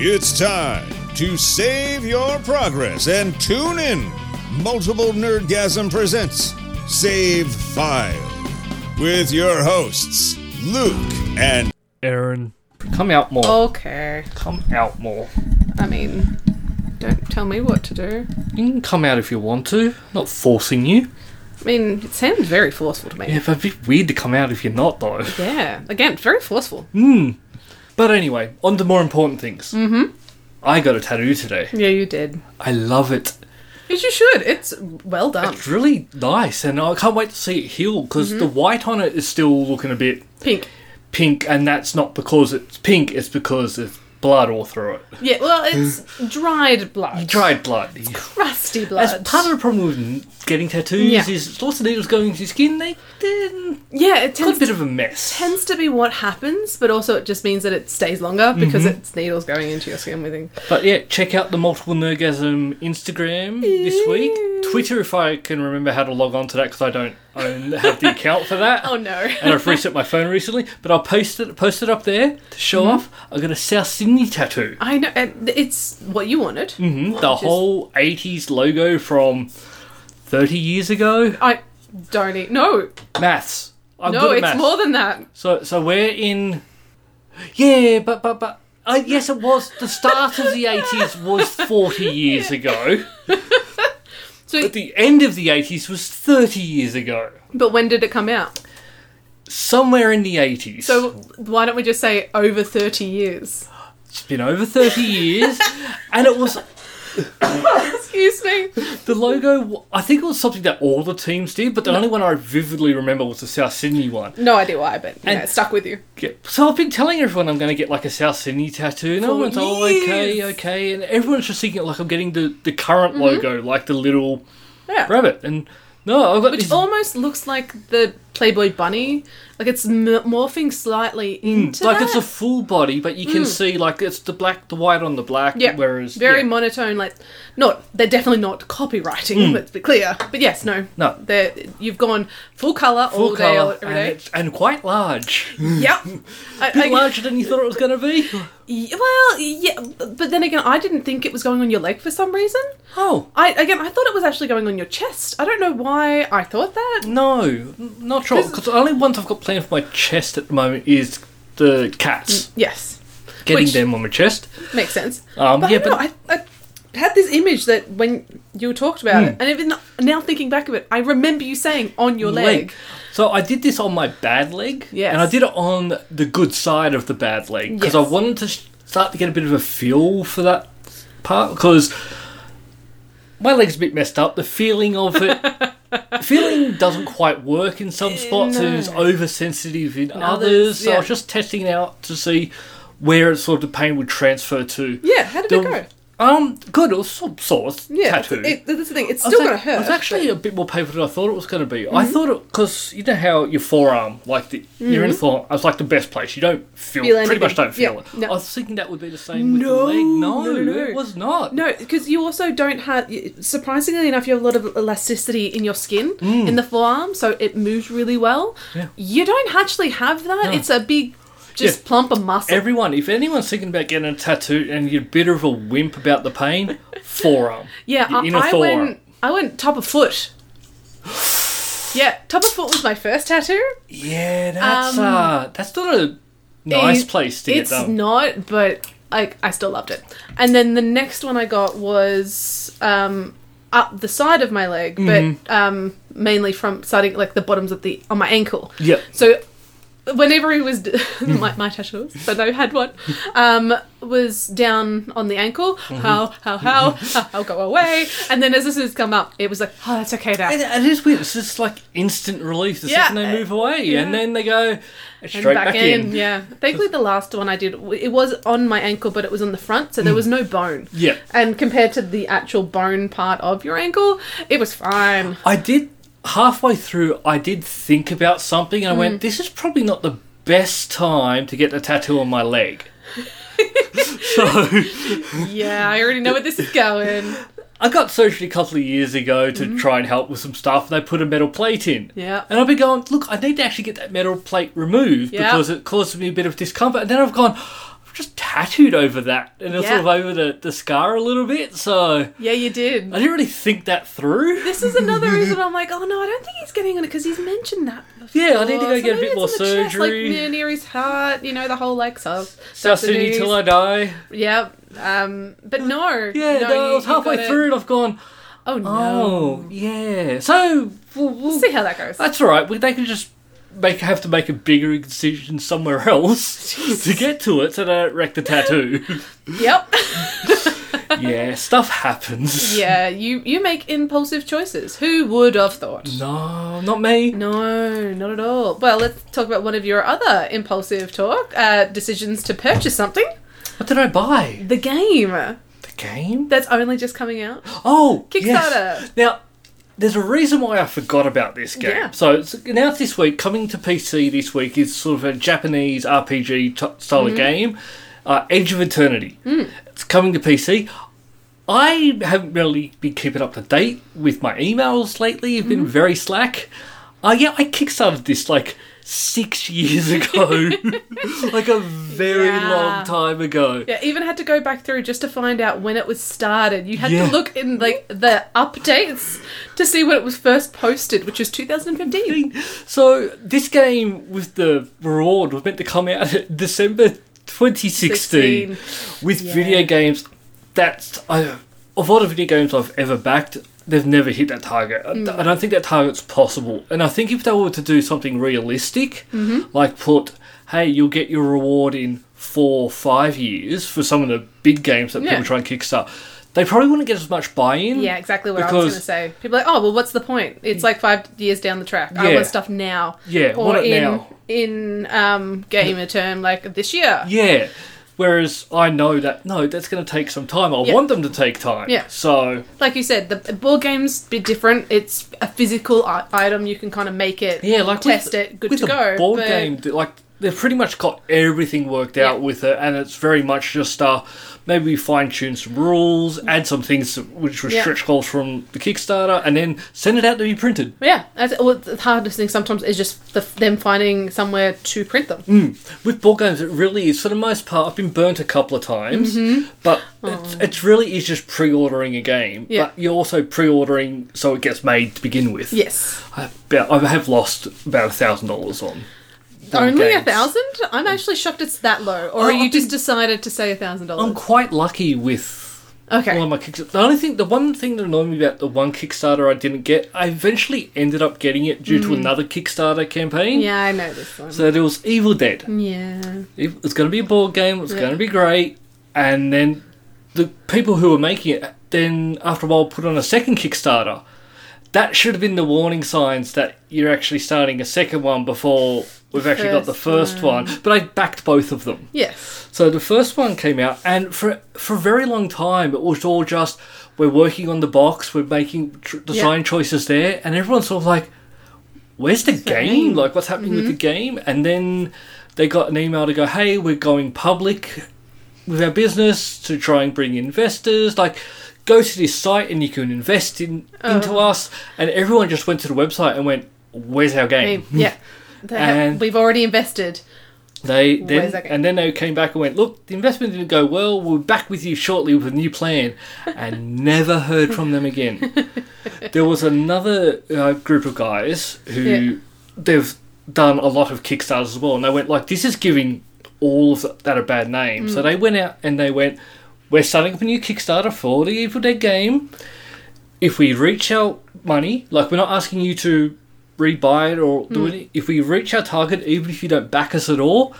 It's time to save your progress and tune in. Multiple Nerdgasm presents Save File with your hosts, Luke and Aaron. Come out more. Oh. Okay. Come out more. I mean, don't tell me what to do. You can come out if you want to. Not forcing you. I mean, it sounds very forceful to me. Yeah, but it'd be weird to come out if you're not, though. Yeah. Again, very forceful. Mm. But anyway, on to more important things. Mm-hmm. I got a tattoo today. Yeah, you did. I love it. As you should. It's well done. It's really nice, and I can't wait to see it heal because Mm-hmm. the white on it is still looking a bit Pink. pink, and that's not because it's pink, it's because it's blood all through it. Yeah, well, it's dried blood. Dried blood. Rusty blood. That's part of the problem with getting tattoos Yeah. is lots of needles going into your skin. They did yeah, it got tends, a bit of a mess. tends to be what happens, but also it just means that it stays longer because Mm-hmm. it's needles going into your skin. We think. But yeah, check out the Multiple Nergasm Instagram this week. Twitter, if I can remember how to log on to that, because I don't own, have the account for that. Oh no. And I've reset my phone recently, but I'll post it post it up there to show Mm-hmm. off. I got a South Sydney tattoo. I know. and It's what you wanted. hmm The whole '80s logo from 30 years ago. I don't eat. No. Maths. I'm no, good at it's maths. more than that. So so we're in. Yeah, but but but. Uh, yes, it was. The start of the 80s was 40 years ago. So, But the end of the 80s was 30 years ago. but when did it come out? Somewhere in the 80s. So why don't we just say over 30 years? it's been over 30 years, and it was Excuse me. the logo. I think it was something that all the teams did, but the only one I vividly remember was the South Sydney one. No idea why, but you know, And- it stuck with you. Yeah, So I've been telling everyone I'm going to get like a South Sydney tattoo, and everyone's oh okay, years. Mm-hmm. okay, and everyone's just thinking like I'm getting the the current logo, like the little Yeah. rabbit, and no, I've got Which this almost looks like the Playboy bunny. Like it's m- morphing slightly into Hmm. like that. Mm. it's a full body, but you can see like it's the black, the white on the black. yeah, whereas very yeah. monotone. Like, not they're definitely not copywriting. Let's be clear. But yes, no, Hmm. No. They're, you've gone full color full all day, all, colour every and, Hmm. day. it's- and quite large. yep. I, I- larger than you thought it was going to be. y- well, yeah, but then again, I didn't think it was going on your leg for some reason. Oh I again, I thought it was actually going on your chest. I don't know why I thought that. no, n- not sure. Because the only ones I've got planned for my chest at the moment is the cats. Yes, Getting Mm. Which- them on my chest. makes sense. Um, but yeah, I, don't but- know, I, I had this image that when you talked about Hmm. it, and even now thinking back of it, I remember you saying on your leg. So I did this on my bad leg. Yes. And I did it on the good side of the bad leg because Yes. I wanted to s- start to get a bit of a feel for that part because my leg's a bit messed up. The feeling of it. Feeling doesn't quite work in some spots and is oversensitive in others, Eh, others, So I yeah. was just testing it out to see where it sort of the pain would transfer to. Yeah, how did it There- go? Um, good. It was some sort. Yeah, that's- tattoo. It, that's the thing. It's I still was gonna ac- I hurt. Mm-hmm. was actually a bit more painful than I thought it was going to be. I thought it because you know how your forearm, like the, your inner forearm, was like the best place. You don't feel, Feel pretty much anything. don't feel Yeah, it. no. I was thinking that would be the same with the No, leg. No, no, no, no. it was not. No, because you also don't have. Surprisingly enough, you have a lot of elasticity in your skin, in the forearm, so it moves really well. Hmm. Yeah. You don't actually have that. It's a big, just Yeah. plump of muscle. Everyone, if anyone's thinking about getting a tattoo and you're a bit of a wimp about the pain, forearm. Yeah, Your I, inner I forearm. went. I went top of foot. Yeah, top of foot was my first tattoo. Yeah, that's Um, uh, that's not a nice It- place to get it's done. not, but like I still loved it. And then the next one I got was um, up the side of my leg, Mm-hmm. but um, mainly from starting like the bottoms of the on my ankle. Yep. So whenever he was my, my tattoos, but I had one, um, was down on the ankle. Mm-hmm. How how how how I'll go away. And then as this has come up, it was like, oh, that's okay now. And it is weird. It's just like instant relief the Yeah. uh, second they move away, Yeah. and then they go straight and back, in. yeah. Thankfully, the last one I did, w- it was on my ankle, but it was on the front, so there was no bone. Mm. Yeah. And compared to the actual bone part of your ankle, it was fine. I did halfway through. I did think about something, and I Mm. went, "This is probably not the best time to get a tattoo on my leg." so Yeah, I already know where this is going. I got surgery a couple of years ago to try and help with some stuff, and they put a metal plate in. Mm-hmm. Yeah. And I've been going, "Look, I need to actually get that metal plate removed Yeah. because it caused me a bit of discomfort." And then I've gone. just tattooed over that and it's sort Yeah. of over the, the scar a little bit. So Yeah, you did. I didn't really think that through. This is another reason I'm like, oh no, I don't think he's getting on it because he's mentioned that. Before. Yeah, I need to go Oh, So get a maybe bit it's more in the chest, like surgery. near, near his heart, you know, the whole like sub. South Sydney till I die. Yep. Um, but no. Yeah, no, you- I was you halfway gotta- through and I've gone, Oh no. oh, yeah. So we'll, we'll, We'll see how that goes. That's all right. We- They can just make have to make a bigger incision somewhere else to get to it, so they don't wreck the tattoo. yep. yeah, stuff happens. yeah, you you make impulsive choices. Who would have thought? No, not me. No, not at all. Well, let's talk about one of your other impulsive talk uh, decisions to purchase something. What did I buy? The game The game? that's only just coming out. Oh, yes. Kickstarter. Now, there's a reason why I forgot about this game. Yeah. So it's announced this week, coming to PC this week is sort of a Japanese RPG t- style Mm-hmm. of game, uh, Edge of Eternity. Mm. It's coming to PC. I haven't really been keeping up to date with my emails lately. I've been Mm-hmm. very slack. Uh, yeah, I kickstarted this like six years ago, like a very Yeah. long time ago. Yeah, even had to go back through just to find out when it was started. You had Yeah. to look in like the updates to see when it was first posted, which was 2015. So this game with the reward was meant to come out December 2016 with Yeah. video games. That's I, of all the video games I've ever backed, they've never hit that target. I- Mm. I don't think that target's possible. And I think if they were to do something realistic, Mm-hmm. like put, hey, you'll get your reward in four, five years for some of the big games that Yeah. people try and kickstart. They probably wouldn't get as much buy-in. Yeah, exactly what I was Because- going to say. People are like, oh, well, what's the point? It's like five years down the track. I Yeah. want stuff now. Yeah, or want it in, now. In um, gamer term, like this year. Yeah. Whereas I know that no, that's going to take some time. I Yeah. want them to take time. Yeah. So Like you said, the board game's a bit different. It's a physical i- item. You can kind of make it, yeah, like test with, it, good with to the go. board but- game, th- like they've pretty much got everything worked out Yeah. with it, and it's very much just uh, maybe we fine tune some rules, add some things which were Yeah. stretch goals from the Kickstarter, and then send it out to be printed. Yeah, that's, well, the hardest thing sometimes is just the, them finding somewhere to print them. With board games, it really is for the most part. I've been burnt a couple of times, Mm-hmm. but it's, it's really is just pre-ordering a game. Yeah. But you're also pre-ordering so it gets made to begin with. Yes. I about, I have lost about a thousand dollars on. on Only a games. thousand? I'm actually shocked it's that low. Or Oh, you I've just been- decided to say a thousand I'm dollars? quite lucky with Okay. all of my Kickstarter. The only thing, the one thing that annoyed me about the one Kickstarter I didn't get, I eventually ended up getting it due to another Kickstarter campaign. Mm. Yeah, I know this one. So there was Evil Dead. yeah. It was going to be a board game. It was Yeah. going to be great, and then the people who were making it then after a while put on a second Kickstarter. That should have been the warning signs that you're actually starting a second one before we've actually got the first first one. But I backed both of them. Yes. So the first one came out, and for for a very long time, it was all just we're working on the box, we're making tr- design choices there, and everyone's sort of like, "Where's the game? game. Like, what's happening with the game?" And then they got an email to go, "Hey, we're going public with our business to try and bring investors." Like. Go to this site and you can invest in into us. And everyone just went to the website and went, "Where's our I game?" mean, yeah. They have- And- we've already invested. They Wait then a second. and then they came back and went, look, the investment didn't go well. We'll be back with you shortly with a new plan, and never heard from them again. there was another uh, group of guys who Yeah. they've done a lot of kickstarters as well, and they went like, this is giving all of that a bad name. So they went out and they went, we're starting up a new Kickstarter for the Evil Dead game. If we reach our money, like we're not asking you to rebuy it or Hmm. do it. If we reach our target, even if you don't back us at all,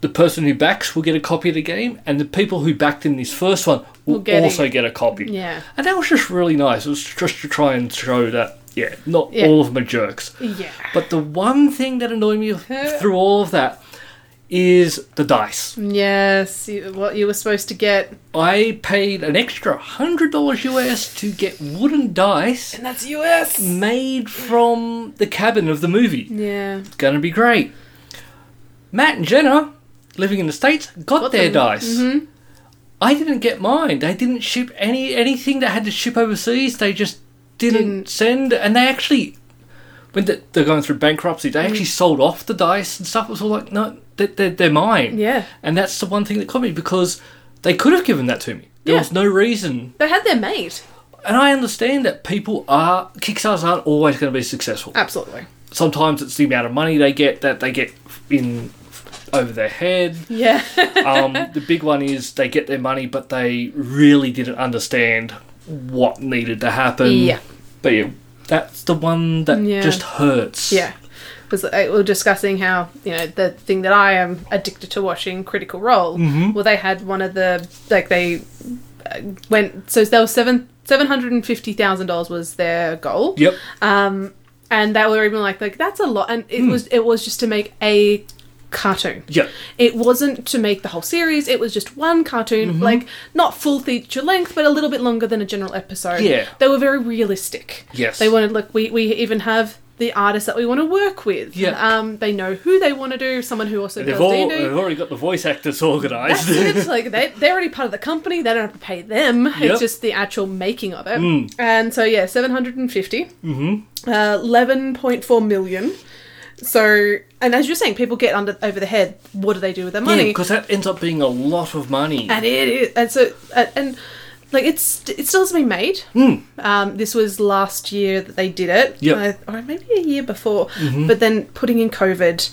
the person who backs will get a copy of the game, and the people who backed in this first one will Will get also it. get a copy. Yeah. And that was just really nice. It was just to try and show that, yeah, not Yeah. all of them are jerks. Yeah. But the one thing that annoyed me through all of that is the dice. Yes. You, what you were supposed to get. I paid an extra hundred dollars US to get wooden dice And that's US. made from the cabin of the movie. Yeah. It's gonna be great. Matt and Jenna, living in the States, got, Got their them. Mm-hmm. dice. I didn't get mine. They didn't ship any anything that had to ship overseas. They just didn't, Didn't. send, and they Mm. actually when the, they're going through bankruptcy, they actually sold off the dice and stuff. It was all like, no, that they're, they're mine. Yeah. And that's the one thing that caught me because they could have given that to me. There Yeah. was no reason. They had their mate. And I understand that people are, Kickstarters aren't always going to be successful. Absolutely. Sometimes it's the amount of money they get that they get in over their head. Yeah. um, the big one is they get their money, but they really didn't understand what needed to happen. Yeah. But yeah, that's the one that Yeah. just hurts. yeah. Was uh, we were discussing how you know the thing that I am addicted to watching, Critical Role. Well, they had one of the like they uh, went so there was seven seven hundred and fifty thousand dollars was their goal. Yep. Um, and they were even like like that's a lot, and it was it was just to make a cartoon. Yep. It wasn't to make the whole series. It was just one cartoon, Mm-hmm. like not full feature length, but a little bit longer than a general episode. Yeah. they were very realistic. Yes. they wanted look. We we even have the artists that we want to work with. Yeah. um, they know who they want to do. Someone who also They've, does all, D&D. they've already got the voice actors That's organised. it. Like they, they're already part of the company. They don't have to pay them. Yep. Mm. It's just the actual making of it. And so yeah, seven hundred and fifty. Mm-hmm. Uh, Eleven point four million. So, and as you're saying, people get under over the head. What do they do with their money? because that ends up being a lot of money. and it is, and so and, and like it's it still hasn't been made. Hmm. Um, this was last year that they did it, Yep. Mm-hmm. Uh, or maybe a year before. But then putting in COVID,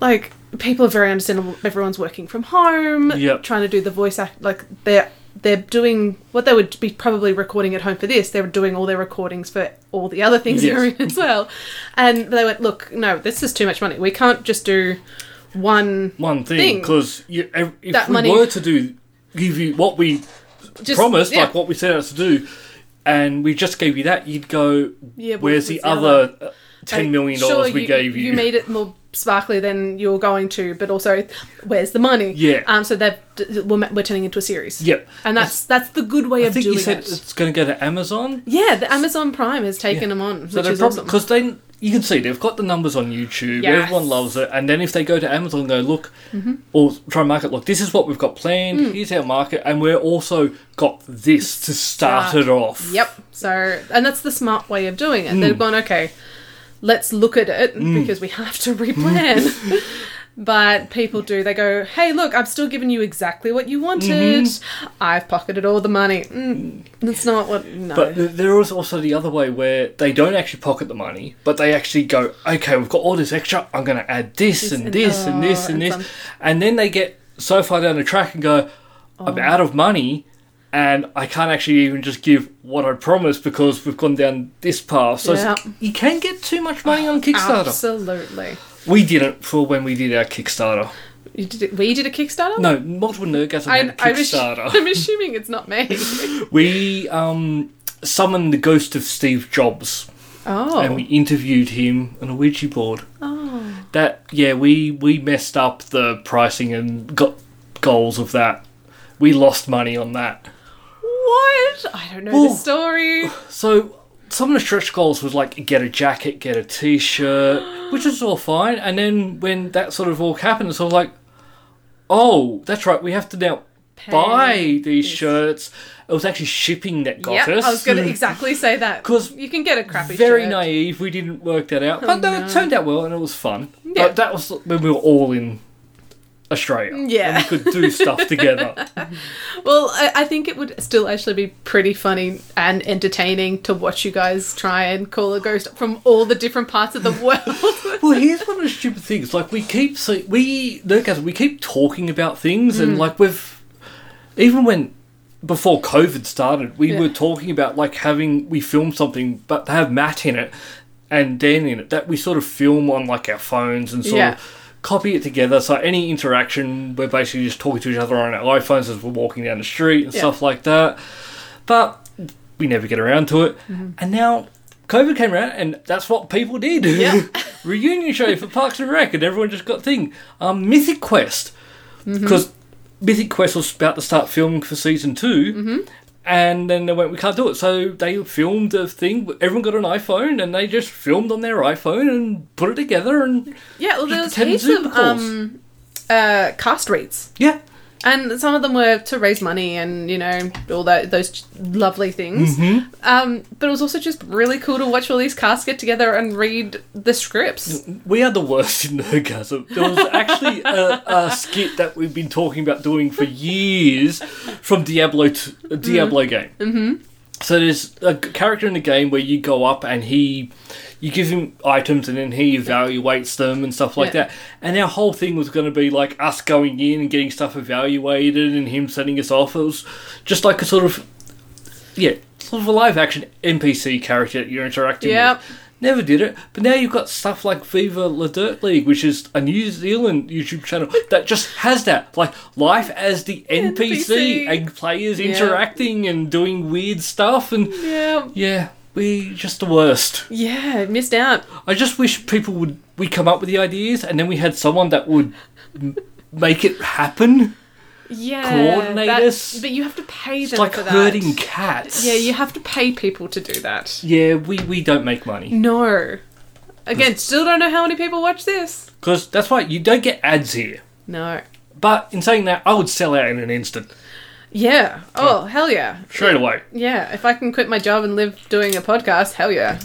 like people are very understandable. Everyone's working from home, Yep. trying to do the voice act. Like they're they're doing what they would be probably recording at home for this. They were doing all their recordings for all the other things Yes. they're in as well. And they went, look, no, this is too much money. We can't just do one One thing, Thing. because if we That money- were to do give you what we just promised, yeah. like what we set out to do, and we just gave you that, you'd go, Yeah, but where's what's the the other uh, ten Like, million sure, dollars we gave you? You made it more sparkly than you're going to, but also, where's the money? Yeah. Um. So that we're, we're turning into a series. Yep. And that's that's the good way I of think doing you said it. it's going to go to Amazon. Yeah, the Amazon Prime has taken Yeah. them on, So which they're is probably awesome. because they you can see they've got the numbers on YouTube. Yes. Mm-hmm. Everyone loves it, and then if they go to Amazon, and go look or try and market. Look, this is what we've got planned. Mm. Here's our market, and we're also got this to start Start. it off. Yep. So, and that's the smart way of doing it. Hmm. They've gone, okay, let's look at it because we have to replan. but people do. They go, hey, look, I'm still giving you exactly what you wanted. Mm-hmm. I've pocketed all the money. Mm, that's not what. No. But th- there is also the other way where they don't actually pocket the money, but they actually go, okay, we've got all this extra. I'm going to add this, and, and- this and this and oh, and this, some- and then they get so far down the track and go, Oh. I'm out of money, and I can't actually even just give what I promised because we've gone down this path. So it's- Yeah. you can get too much money on Kickstarter. Absolutely. We didn't for when we did our Kickstarter. You did it, we did a Kickstarter? No, multiple nerdgasm I, had a I'm, assu- Kickstarter. I'm assuming it's not me. we um, summoned the ghost of Steve Jobs. and Oh. we interviewed him on a Ouija board. oh. That yeah, we we messed up the pricing and got goals of that. We lost money on that. What? I don't know Ooh. Oh, the story. So some of the stretch goals was like get a jacket, get a t-shirt, which is all fine. And then when that sort of all happened, it's sort of like, oh, that's right, we have to now buy these shirts. It was actually shipping that got Yeah, us. I was going to exactly say that. 'Cause you can get a crappy very shirt. Oh, naive. We didn't work that out, but no, it turned out well and it was fun. Yeah. But that was when we were all in Australia. Yeah. and we could do stuff together. Well, I, I think it would still actually be pretty funny and entertaining to watch you guys try and call a ghost from all the different parts of the world. well, here's one of the stupid things. Like we keep see we no guys, we keep talking about things Mm. and like we've even when before COVID started, we Yeah. were talking about like having we film something but to have Matt in it and Dan in it that we sort of film on like our phones and sort Yeah. of copy it together. So any interaction, we're basically just talking to each other on our iPhones as we're walking down the street and Yeah. stuff like that. But we never get around to it. And now COVID came around, and that's what people did. Yeah. Reunion show for Parks and Rec, and everyone just got thing. Um, Mythic Quest, because Mythic Quest was about to start filming for season 2 And then they went, we can't do it. So they filmed a thing. Everyone got an iPhone, and they just filmed on their iPhone and put it together. And yeah, well, there was Ten heaps Zoom of calls. um, uh, cast reads. yeah, and some of them were to raise money and you know all that those lovely things. Mm-hmm. Um, but it was also just really cool to watch all these casts get together and read the scripts. We are the worst in Nerdgasm. There was actually a, a skit that we've been talking about doing for years from Diablo t- a Diablo game. Mm-hmm. So there's a g- character in the game where you go up and he, you give him items and then he evaluates them and stuff like Yeah. that. And our whole thing was going to be like us going in and getting stuff evaluated and him sending us off. It was just like a sort of, yeah, sort of a live action NPC character that you're interacting Yep. with. Never did it, but now you've got stuff like Viva La Dirt League, which is a New Zealand YouTube channel that just has that, like life as the NPC, NPC. and players interacting and doing weird stuff, and Yeah, yeah, we just the worst. yeah, missed out. I just wish people would we come up with the ideas and then we had someone that would m- make it happen. Yeah, Coordinate that- us. But you have to pay them It's like for that. herding cats. Yeah, you have to pay people to do that. yeah, we we don't make money. No. Again, still don't know how many people watch this. Because that's why you don't get ads here. No. But in saying that, I would sell out in an instant, Yeah. Oh, hell yeah. straight away. Yeah. If I can quit my job and live doing a podcast, hell yeah.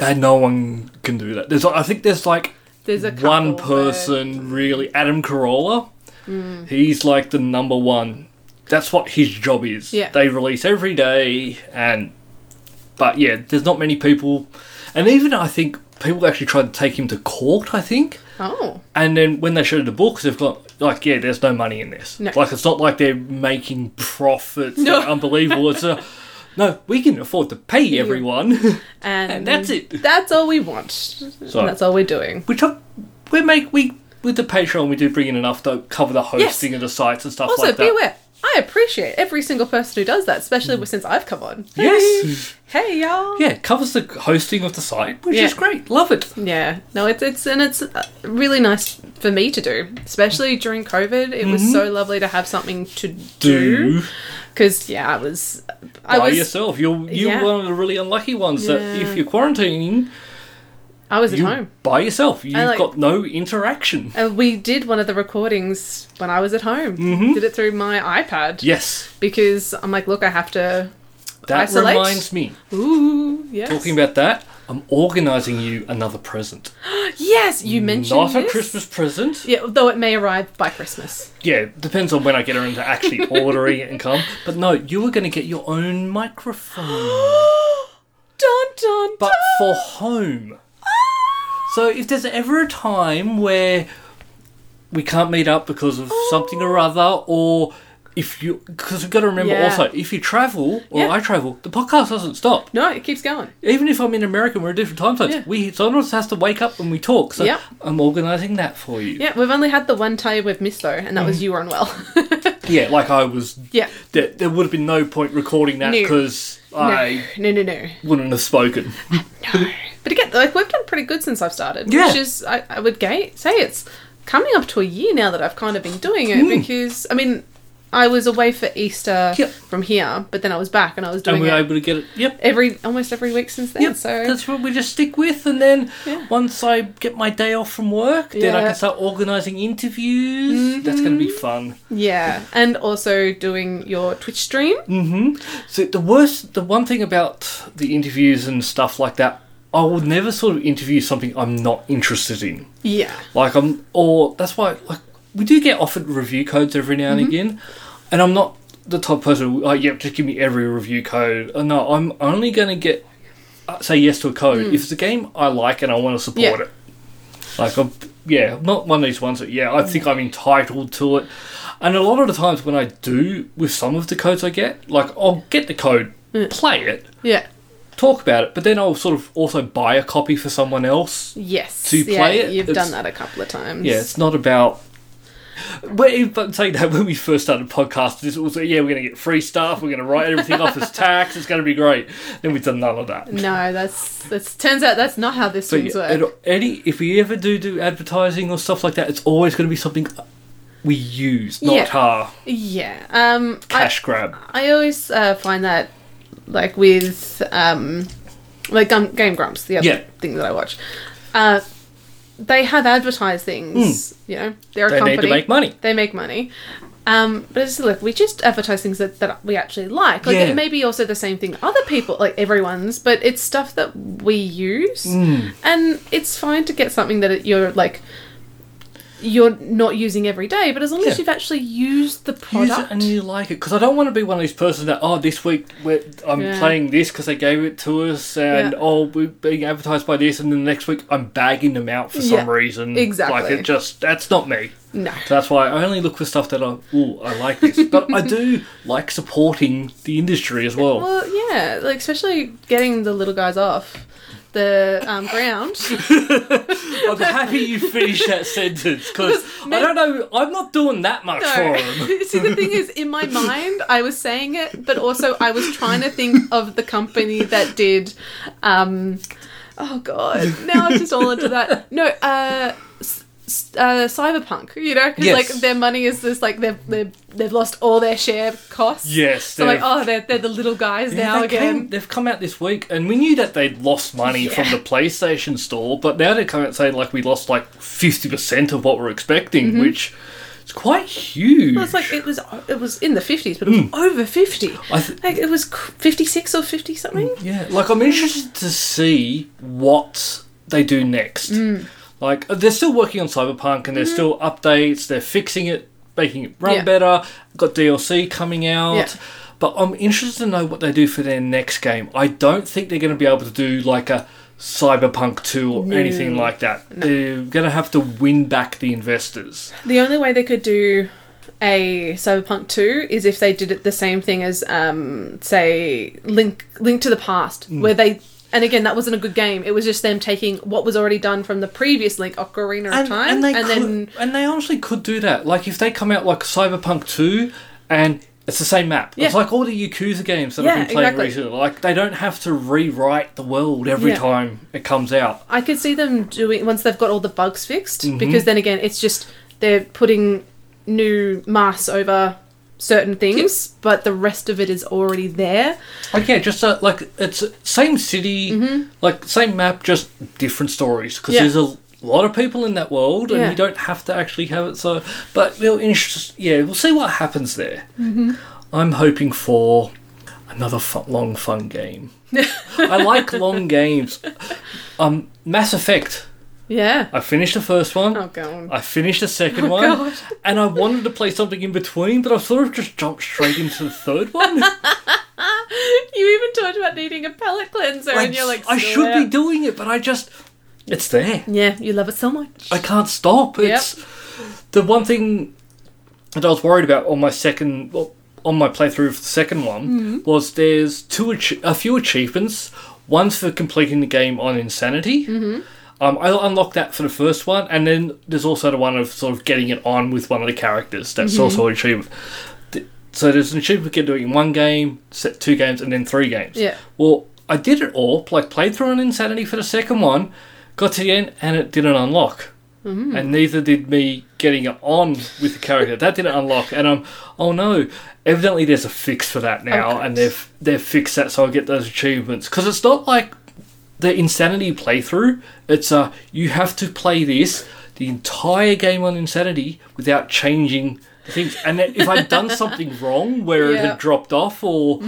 Uh, no one can do that. There's, I think there's like There's a couple, one but- person really, Adam Carolla. Mm. He's like the number one. That's what his job is. Yeah. They release every day, and but yeah, there's not many people, and even I think people actually tried to take him to court. I think. Oh. And then when they showed the books, they've got like, yeah, there's no money in this. No. Like, it's not like they're making profits. No. that are unbelievable. It's a no. We can afford to pay everyone, And, and that's it. That's all we want. And that's all we're doing. Which I, we make we with the Patreon, we do bring in enough to cover the hosting of the sites and stuff Also, like that. be aware. I appreciate every single person who does that, especially since I've come on. Mm. Yes, Hey, y'all. yeah, it covers the hosting of the site, which Yeah. is great. Love it. Yeah, no, it's it's and it's uh, really nice for me to do, especially during COVID. It was so lovely to have something to do Mm-hmm. Do because yeah, I was, I by was, yourself. You're you're Yeah. one of the really unlucky ones that Yeah. if you're quarantining, I was at you home, by yourself. You've like- got no interaction. and we did one of the recordings when I was at home. Mm-hmm. Did it through my iPad Yes. because I'm like, look, I have to. That Isolate? reminds me, Ooh, yes, talking about that, I'm organising you another present. yes, you mentioned Not a this. Christmas present. Yeah, though it may arrive by Christmas. Yeah, depends on when I get around to actually ordering it and come. But no, you were going to get your own microphone, dun dun but for home. So if there's ever a time where we can't meet up because of something or other, or if you, because we've got to remember Oh. Yeah. also, if you travel or Yeah. I travel, the podcast doesn't stop. No, it keeps going. Even if I'm in America and we're at different time zones, Yeah. we someone else has to wake up when we talk. So Yep. I'm organising that for you. Yeah, we've only had the one time we've missed though, and that was you were unwell. Yeah, like I was. Yeah. There, there would have been no point recording that No. because I No, no, no, no. wouldn't have spoken. But again, like we've done pretty good since I've started, Yeah. which is I, I would ga- say it's coming up to a year now that I've kind of been doing it because I mean I was away for Easter Yep. from here, but then I was back and I was and doing we were it able to get it. Yep. every almost every week since then. Yep. So That's what we just stick with, and then Yeah. once I get my day off from work, then I Yeah. Mm-hmm. can start organising interviews. That's going to be fun. yeah, and also doing your Twitch stream. So the worst, the one thing about the interviews and stuff like that, I will never sort of interview something I'm not interested in. Yeah, Like I'm, or that's why like we do get offered review codes every now and again, and I'm not the type of person. who, Like, yep, just give me every review code. Uh, No, I'm only going to get uh, say yes to a code if it's a game I like and I want to support Yeah. it. Like I'm, yeah, I'm not one of these ones that yeah I think I'm entitled to it. And a lot of the times when I do with some of the codes I get, like I'll get the code, play it, yeah, talk about it, but then I'll sort of also buy a copy for someone else. yes. To yeah, play it, you've it's- done that a couple of times. Yeah, it's not about. But but saying that when we first started podcasting, it was like, yeah, we're going to get free stuff. We're going to write everything off as tax. It's going to be great. Then we've done none of that. No, that's that's turns out that's not how this So things yeah, work. and any if we ever do do advertising or stuff like that, it's always going to be something we use, not Yeah. our Yeah. Um. I- cash grab. I always uh, find that, like with um, like Gum- Game Grumps, the other Yeah. thing that I watch, uh, they have advertised things. You know, they're a They company. Hmm. need to make money. They make money, Um, but it's look, we just advertise things that, that we actually like. Like Yeah. it may be also the same thing other people, like everyone's, but it's stuff that we use, Hmm. and it's fine to get something that it- you're like you're not using every day. But as long Yeah. as you've actually used the product, Use it and you like it because I don't want to be one of these persons that oh this week we're, I'm Yeah. playing this because they gave it to us and Yeah. oh we're being advertised by this and then next week I'm bagging them out for some Yeah, reason like exactly. it just that's not me no, so that's why I only look for stuff that I oh I like this but I do like supporting the industry as well well, yeah, like especially getting the little guys off the um, ground. I'm happy you finished that sentence because I don't know I'm not doing that much for 'em. for them See, the thing is, in my mind, I was saying it, but also I was trying to think of the company that did. Um, oh god, now I'm just all into that. No, uh, s- s- uh, cyberpunk. You know, because Yes. like their money is this like they've they've, they've lost all their share costs. Yes, So like, they've- oh, they're they're the little guys now they again. Came, they've come out this week, and we knew that they'd lost money from the PlayStation store, but now they're coming out saying like we lost like fifty percent of what we're expecting, which is quite huge. Mm-hmm. Well, it's like it was it was in the fifties, but it was over fifty. Hmm. I th- like it was fifty six or fifty something. yeah, like I'm interested to see what they do next. Mm. Like they're still working on Cyberpunk, and there's still updates. They're fixing it, making it run Mm-hmm. Yeah. better. Got DLC coming out. Yeah. But I'm interested to know what they do for their next game. I don't think they're going to be able to do like a Cyberpunk 2 or anything like that. They're going to have to win back the investors. The only way they could do a Cyberpunk 2 is if they did it the same thing as um say Link Link to the Past Mm. where they and again that wasn't a good game it was just them taking what was already done from the previous Link Ocarina of Time and, they could, then and they honestly could do that. Like if they come out like Cyberpunk Two, and it's the same map. It's Yeah. like all the Yakuza games that Yeah, I've been playing exactly. recently. Like they don't have to rewrite the world every Yeah. time it comes out. I could see them doing once they've got all the bugs fixed Mm-hmm. because then again it's just they're putting new masks over certain things but the rest of it is already there Like yeah, just uh, like it's same city, like same map, just different stories. Because Mm-hmm. Yeah. there's a lot of people in that world, and Yeah. you don't have to actually have it. So, but we'll interest. Yeah, we'll see what happens there. Mm-hmm. I'm hoping for another fu- long fun game. I like long games. Um, Mass Effect. yeah I finished the first one. oh god I finished the second one, God. and I wanted to play something in between, but I sort of just jumped straight into the third one. you even talked about needing a palate cleanser and you're like I should "Swear." be doing it, but I just it's there. Yeah, you love it so much. I can't stop. It's the one thing that I was worried about on my second well, on my playthrough of the second one Mm-hmm. was there's two ach- a few achievements. One's for completing the game on insanity. Mm-hmm. Um, I unlocked that for the first one, and then there's also the one of sort of getting it on with one of the characters. That's Mm-hmm. also an achievement. Th- So there's an achievement you can do it in one game, set two games, and then three games. Yeah. Well, I did it all, like played through an insanity for the second one, got to the end, and it didn't unlock. And neither did me getting it on with the character. That didn't unlock, and I'm oh no. Evidently, there's a fix for that now, Okay. and they've they've fixed that, so I get those achievements. Because it's not like the insanity playthrough. It's uh you have to play this the entire game on insanity without changing the things. And then if I'd done something wrong where it Yeah. had dropped off or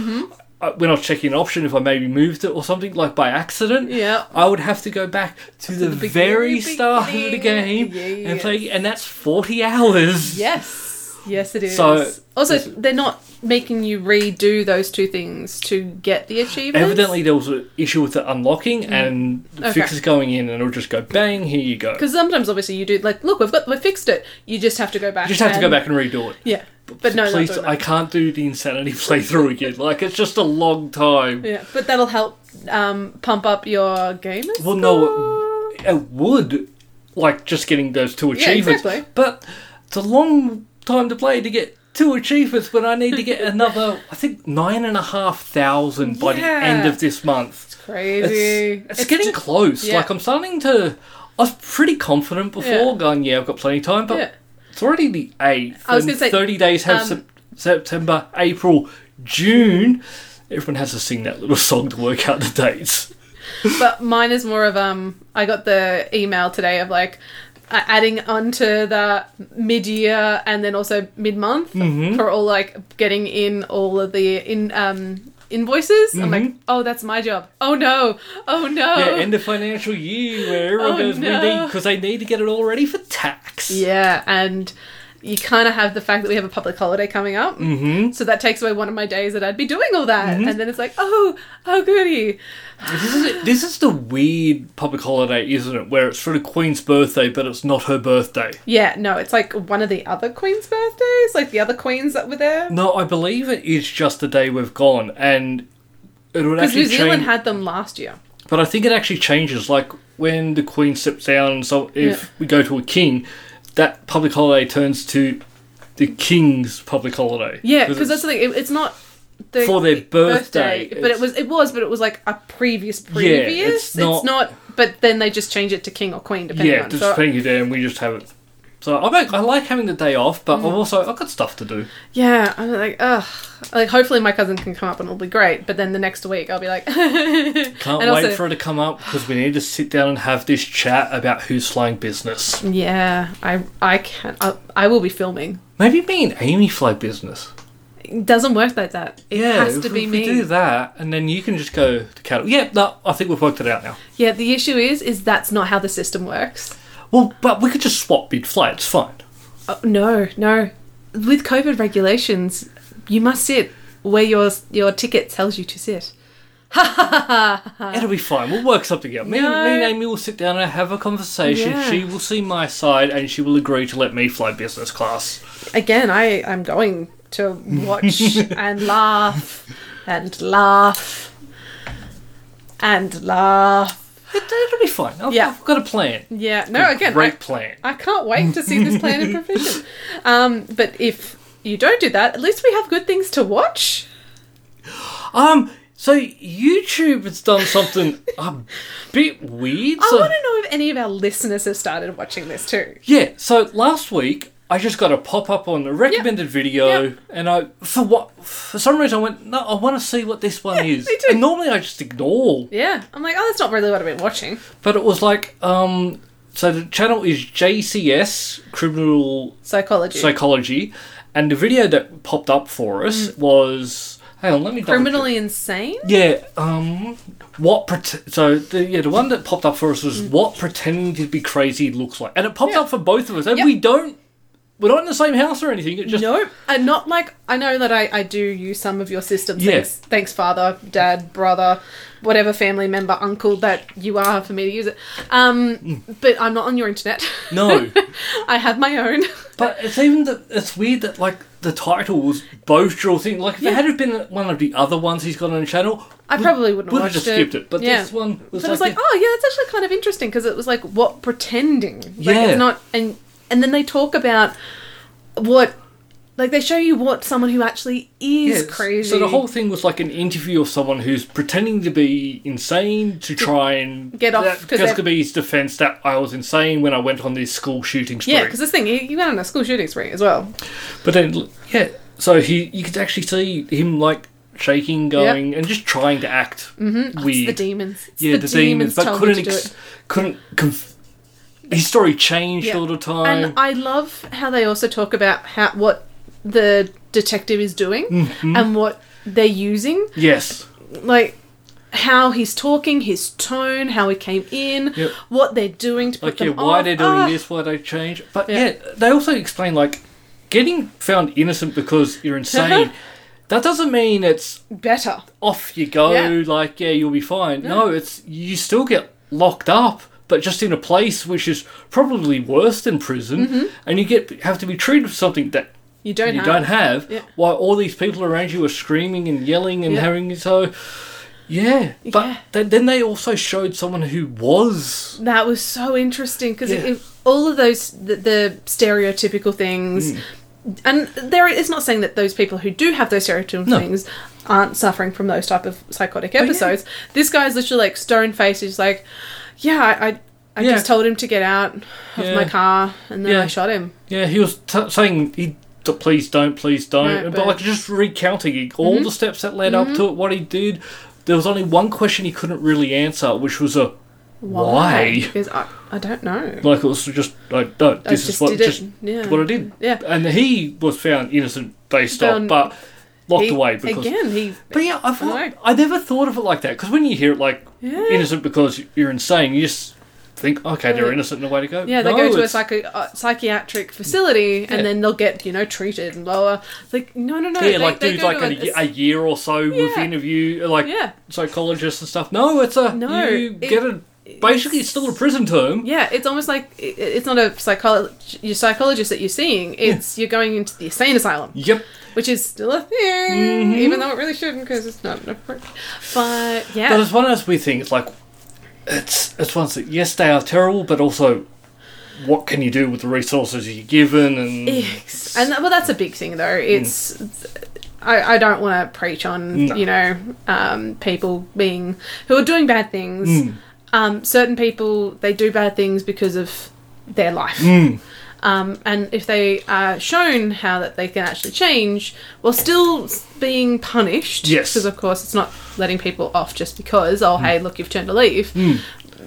uh, when I was checking an option, if I maybe moved it or something like by accident, Yeah. I would have to go back to, the, the very beginning, start of the game beginning. and play, and that's forty hours. yes. Yes, it is. So- also, they're not making you redo those two things to get the achievements. Evidently, there was an issue with the unlocking and the Mm. Okay. fixes going in, and it'll just go bang. Here you go. You Because sometimes, obviously, you do like, look, we've got, we fixed it. You just have to go back. just have to go and- back and redo it. Yeah, but no, please, not doing I that. can't do the insanity playthrough again. Like it's just a long time. Yeah, but that'll help um, pump up your game. Well, no, it, it would like just getting those two Yeah, achievements, exactly. but it's a long time to play to get two achievements when I need to get another. I think nine and a half thousand by Yeah. the end of this month. Crazy. It's, it's getting close. yeah. Like I'm starting to. I was pretty confident before Yeah. going. Yeah, I've got plenty of time, but Yeah. it's already the eighth. I was and gonna say, thirty days have um, sep- September, April, June. Everyone has to sing that little song to work out the dates. But mine is more of um. I got the email today of like, uh, adding onto the mid year and then also mid month for all like getting in all of the in um invoices. I'm like, oh, that's my job. Oh no, oh no. Yeah, end of financial year where everyone Oh, goes, we no. need because they need to get it all ready for tax. Yeah, and you kind of have the fact that we have a public holiday coming up, mm-hmm. so that takes away one of my days that I'd be doing all that, and then it's like, oh, oh goody, This is this is the weird public holiday, isn't it? Where it's for the Queen's birthday, but it's not her birthday. yeah, no, it's like one of the other queens' birthdays, like the other queens that were there, No, I believe it is just the day we've gone, and it would because actually New Zealand change. had them last year. but I think it actually changes, like when the Queen steps down. So if Yeah. we go to a king, that public holiday turns to the king's public holiday. Yeah, because it's- that's the thing. It, it's not the For their birthday, but it's- it was it was, but it was like a previous Yeah, previous. it's not- But then they just change it to king or queen depending yeah, on. just so- paying you there, and we just have it. So I like, I like having the day off, but Mm. I'm also I've got stuff to do. yeah, I'm like ugh. Like hopefully my cousin can come up and it'll be great. But then the next week I'll be like, Can't And wait also- for it to come up because we need to sit down and have this chat about who's flying business. yeah, I I can I, I will be filming. Maybe me and Amy fly business. It doesn't work like that. It has if, to be if me. We do that, and then you can just go to cattle. Yeah, no, I think we've worked it out now. Yeah, the issue is is that's not how the system works. Well, but we could just swap mid flight. It's fine. Oh, no, no. With COVID regulations, you must sit where your your ticket tells you to sit. It'll be fine. We'll work something out. Me, Uh. No. me and Amy will sit down and have a conversation. Yeah. She will see my side, and she will agree to let me fly business class. Again, I am going to watch and laugh and laugh and laugh. It, it'll be fine. I've, Yeah. I've got a plan. Yeah, no, again, Great I, plan. I can't wait to see this plan in provision. Um, but if you don't do that, at least we have good things to watch. Um, so YouTube has done something a bit weird. I so, want to know if any of our listeners have started watching this too. yeah, so last week I just got a pop up on the recommended video, Yep. and I for what for some reason I went no, I want to see what this one is. me too. And normally I just ignore, Yeah, I'm like, oh, that's not really what I've been watching. but it was like um, so the channel is JCS Criminal Psychology. Psychology, and the video that popped up for us Mm. was hang on, let me double check. criminally insane. Yeah. Um. What? Pret- so the yeah the one that popped up for us Mm. was what pretending to be crazy looks like, and it popped up for both of us, and Yep. we don't. We're not in the same house or anything. It just Nope. And uh, not like I know that I, I do use some of your systems. Yeah. Thanks, thanks, father, dad, brother, whatever family member, uncle that you are for me to use it. Um, Mm. but I'm not on your internet. no. I have my own. but it's even that it's weird that like the title was both your thing. Like if it Yeah. had have been one of the other ones he's got on the channel, I probably wouldn't would have have just watched skipped it. But yeah. this one was But I was like, like, oh yeah, that's actually kind of interesting because it was like what pretending. Like, Yeah. It's not and and then they talk about what. Like they show you what someone who actually yeah, is it's- crazy. So the whole thing was like an interview of someone who's pretending to be insane to try and Get off, 'cause Because they're- could be his defense that I was insane when I went on this school shooting spree. yeah, because this thing, you you went on a school shooting spree as well. But then, yeah. So he, you could actually see him like shaking, going, and just trying to act Mm-hmm. It's weird. the demons. It's yeah, the, demons, but told me couldn't to do ex- it. couldn't. Conf- his story changed Yeah. all the time. And I love how they also talk about how what the detective is doing Mm-hmm. and what they're using, yes. like how he's talking, his tone, how he came in, Yep. what they're doing to put Like, yeah, them why off. they're doing Ah, this, why they change. But yeah. Yeah. they also explain like getting found innocent because Uh-huh. you're insane. that doesn't mean it's Better. off you go, Yeah. like, yeah, you'll be fine. No. it's you still get locked up, but just in a place which is probably worse than prison, and you get have to be treated for something that You Mm-hmm. don't you have. don't have, Yeah. while all these people around you are screaming and yelling and Yeah. having so. Yeah, but Yeah. Then, then they also showed someone who was That was so interesting because Yeah. all of those the, the stereotypical things, and there it's not saying that those people who do have those stereotypical Mm. No. things aren't suffering from those type of psychotic yeah. episodes. This guy's literally like stone faced. He's like, yeah, I. I I Yeah. just told him to get out of Yeah. my car, and then Yeah. I shot him. Yeah, he was t- saying he d- please don't, please don't, but, Right, but- Mm-hmm. like just recounting it, all the steps that led up to it, what he did. There was only one question he couldn't really answer, which was a Why? Because I, I don't know. Like it was just like no, I this just is what did it. just yeah. what I did. Yeah. And he was found innocent based Found- off, but locked He- away because. again he. But yeah, I've, I I, know. never thought of it like that because when you hear it like Yeah. innocent because you're insane, you just think okay, they're Right. innocent and the way to go. Yeah, they No, go to a it's- psycho- uh, psychiatric facility Yeah. and then they'll get you know treated and blah. blah. It's like no, no, no. Yeah, they, like they do go like to a, ye- a year or so within of you, like yeah, psychologists and stuff. No, it's a No, you it- get a basically it's still a prison term. yeah. It's almost like it, it's not a psychologist, your psychologist that you're seeing. It's you're going into the insane asylum, Yep. which is still a thing, even though it really shouldn't because it's not. an appro- But yeah, But it's one of those weird things. Like, it's it's one that yes, they are terrible, but also, what can you do with the resources you're given? And Yes. And well, that's a big thing though. It's I, I don't want to preach on No. you know um, people being who are doing bad things. Um, certain people they do bad things because of their life. Mm. Um, and if they are shown how that they can actually change while still s- being punished, Yes. Mm. because of course it's not letting people off just because oh hey look you've turned a leaf.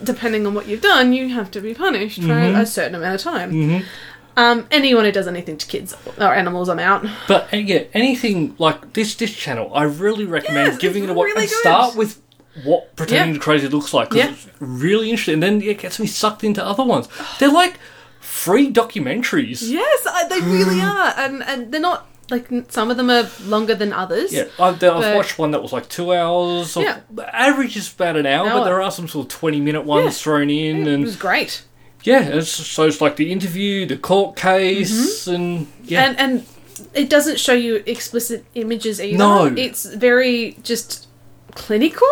Depending on what you've done, you have to be punished Mm-hmm. for a certain amount of time. Um, anyone who does anything to kids or animals, I'm out. but and yeah, anything like this this channel, I really recommend Yes, it's giving it a watch really and good. start with what pretending Yeah. to crazy looks like because Yeah. it's really interesting. And then it gets me sucked into other ones. They're like free documentaries. Yes, I, they really are, and and they're not like n- some of them are longer than others. Yeah, I've, I've But- watched one that was like two hours. Or, Yeah. the Average is about an hour, but Hour. there are some sort of 20 minute ones Yeah. thrown in. it and was great, Yeah, it's, so it's like the interview, the court case, and yeah, Mm-hmm. and and it doesn't show you explicit images either. No. it's very just clinical.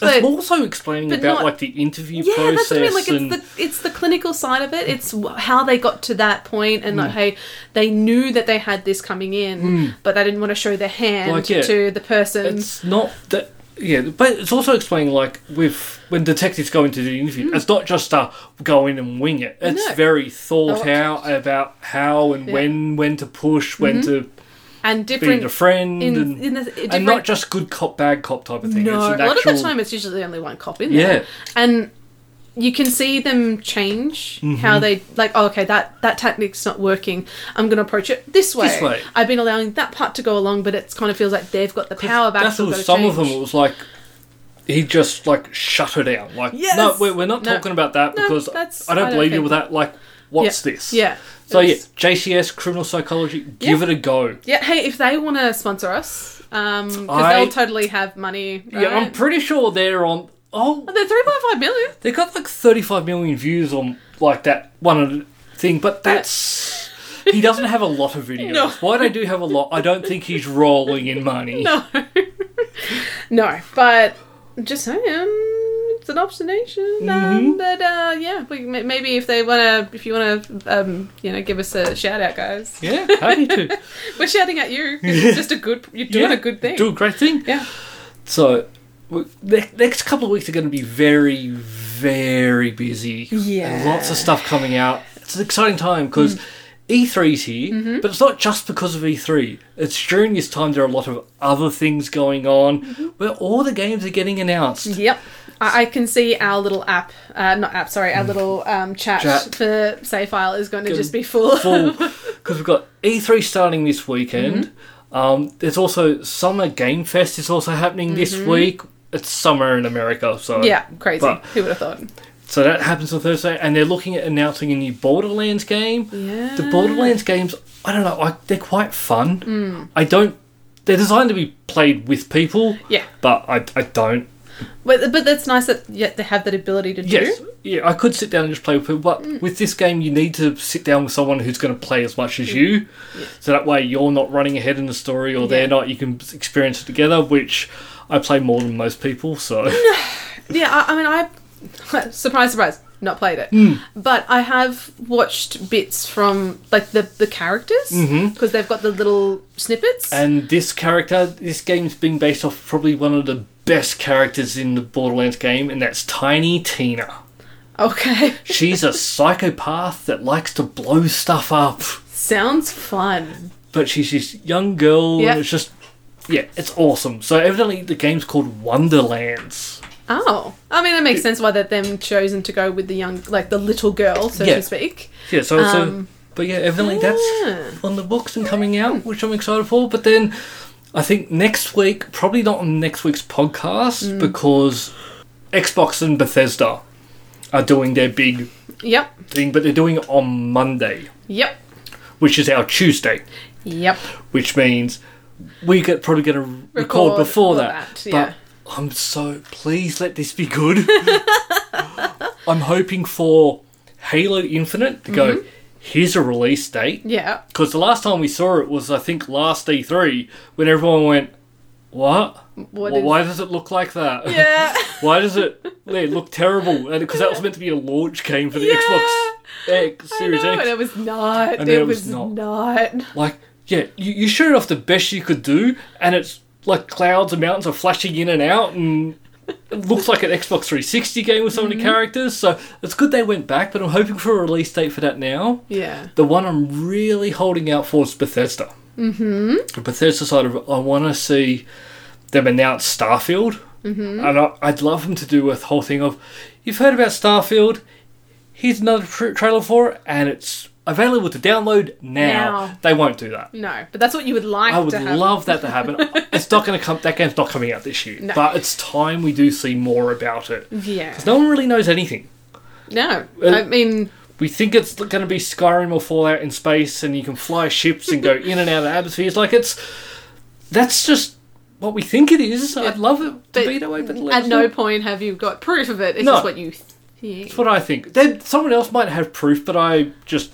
But it's more so explaining but about not- like the interview yeah, process that's what I mean. Like and it's the it's the clinical side of it. It's wh- how they got to that point, and Mm. like hey, they knew that they had this coming in, but they didn't want to show their hand Like, yeah, to the person. it's not that. Yeah, but it's also explaining like with when detectives go into the interview, Hmm. it's not just uh go in and wing it. It's No. very thought Thought. out about how and Yeah. when when to push, when to and be different a friend, in, and, in the, different and not just good cop bad cop type of thing. No, it's a an lot of the actual- time it's usually only one cop in Yeah. there. And you can see them change Mm-hmm. how they like. Oh, okay, that that technique's not working. I'm going to approach it this way. This way. I've been allowing that part to go along, but it's kind of feels like they've got the power back. That's so all. we've got to Some of them change. it was like he just like shut her down. Like Yes! no, we're, we're not No. talking about that No, because that's- I don't I don't believe you think- with that. Like what's Yeah. this? Yeah. So It yeah, was- JCS criminal psychology. Give Yeah. it a go. yeah. Hey, if they want to sponsor us, um, because I- they'll totally have money. Right? Yeah, I'm pretty sure they're on. Oh, They're three point five million. they got like 35 million views on like that one of the thing, but that's. He doesn't have a lot of videos. No. Why they do have a lot, I don't think he's rolling in money. No. no, but just saying, it's an obstination. Mm-hmm. Um, but uh, yeah, we, ma- maybe if they wanna, if you wanna, um, you know, give us a shout out, guys. Yeah, happy to. We're shouting at you. 'cause It's just a good. You're doing Yeah, a good thing. Do a great thing. yeah. So, w- ne- next couple of weeks are going to be very, very busy. Yeah. Mm. Lots of stuff coming out. It's an exciting time because E3's here, Mm-hmm. but it's not just because of E3. It's during this time there are a lot of other things going on Mm-hmm. where all the games are getting announced. Yep. I, I can see our little app, uh, not app, sorry, our little um, Mm. chat, Chat. for save file is going to Gonna just be full. Because we've got E3 starting this weekend. Mm-hmm. Um, there's also Summer Game Fest is also happening this week. It's summer in America, so Mm-hmm. yeah, crazy. But- Who would have thought? So that happens on Thursday, and they're looking at announcing a new Borderlands game. Yeah. The Borderlands games, I don't know, I, they're quite fun. Hmm. I don't. They're designed to be played with people. Yeah. But I, I don't. But, but that's nice that yet they have that ability to Yes. do. Yeah, I could sit down and just play with people, but Hmm. with this game, you need to sit down with someone who's going to play as much Hmm. as you. So that way, you're not running ahead in the story, or Yeah. they're not. You can experience it together, which I play more than most people. So Yeah, I, I mean, I surprise, surprise, not played it, Hmm. but I have watched bits from like the the characters because they've got the little snippets. Mm-hmm. And this character, this game's been based off probably one of the best characters in the Borderlands game, and that's Tiny Tina. okay, She's a psychopath that likes to blow stuff up, sounds fun. but she's this young girl, Yeah. and it's just, yeah, it's awesome. So evidently the game's called Wonderlands. Oh, I mean, that makes sense why they've then chosen to go with the young, like the little girl, so Yeah. to speak. Yeah, so, so Um, but yeah, evidently yeah. that's on the books and coming out, which I'm excited for. But then I think next week, probably not on next week's podcast, Mm. because Xbox and Bethesda are doing their big Yep, thing, but they're doing it on Monday, yep, which is our Tuesday, yep. which means we get probably going to record, Record before for that. that, yeah. But I'm so please let this be good. I'm hoping for Halo Infinite to go. Mm-hmm. Here's a release date. Yeah, Because the last time we saw it was, I think, last E3 when everyone went, "What? What Wh- is- Why does it look like that? yeah, Why does it they look terrible?" And because that was meant to be a launch game for the Xbox X I Series know, and X. it was not. And it, it was was, not. not. Like, yeah, you, you showed off the best you could do, and it's like clouds and mountains are flashing in and out, and it looks like an Xbox 360 game with so Mm-hmm. many characters. So it's good they went back, but I'm hoping for a release date for that now. Yeah, The one I'm really holding out for is Bethesda. Mm-hmm. The Bethesda side of it, I want to see them announce Starfield. Mm-hmm. And I, I'd love them to do a whole thing of, you've heard about Starfield, here's another tr- trailer for it, and it's available to download now. Now. They won't do that. no, but that's what you would like. I would to have. love that to happen. it's not going to come. That game's not coming out this year, No. but it's time we do see more about it. Yeah, No one really knows anything. no, Uh, I mean, we think it's going to be Skyrim or Fallout in space, and you can fly ships and go in and out of atmospheres. Like it's that's just what we think it is. I'd love it to But be that way, but at let's no not- point have you got proof of it. It's No. just what you think. That's what I think. Then someone else might have proof, but I just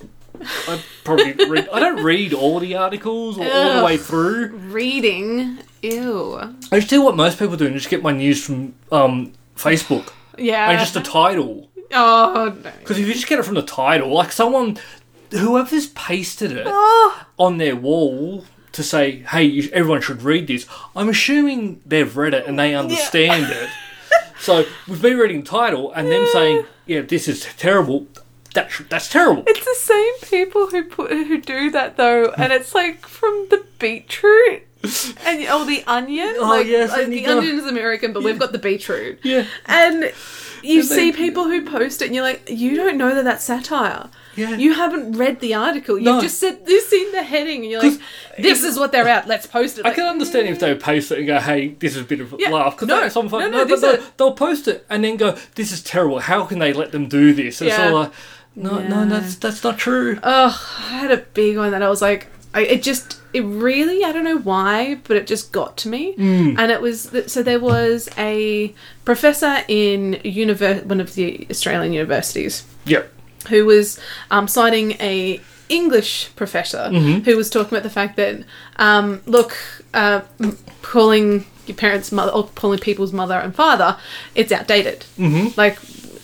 I probably read. I don't read all the articles or all the Ugh. way through. Reading, ew. I just do what most people do and just get my news from um, Facebook Yeah. and just the title. oh no. Because if you just get it from the title, like someone, whoever's pasted it. Oh, on their wall to say, "Hey, you, everyone should read this." I'm assuming they've read it and they understand it. So with me reading the title and them saying, "Yeah, this is terrible," that sh- that's terrible. it's the same people who put who do that though, and it's like from the beetroot. And oh, the onion! Oh, like, yes, like, and you the go- onion is American, but we've got the beetroot. Yeah, And you And see they- people who post it, and you're like, you don't know that that's satire. Yeah. You haven't read the article. You've No. just said this in the heading, and you're like, 'Cause this is what they're out. Let's post it. I Like, can understand if they post it and go, "Hey, this is a bit of a Yeah, laugh." Because no, some fun, no, no, no, but these they'll, are- they'll post it and then go, "This is terrible. How can they let them do this?" It's Yeah. all like, "No, no, Yeah. Uh, that's that's not true." Ugh, I had a big one that I was like, I, it just, it really, I don't know why, but it just got to me. And it was, th- so there was a professor in univer- one of the Australian universities Yep. who was um, citing a English professor who was talking about the fact that, um, look, uh, m- calling your parents' mother or calling people's mother and father, it's outdated. Mm-hmm. Like,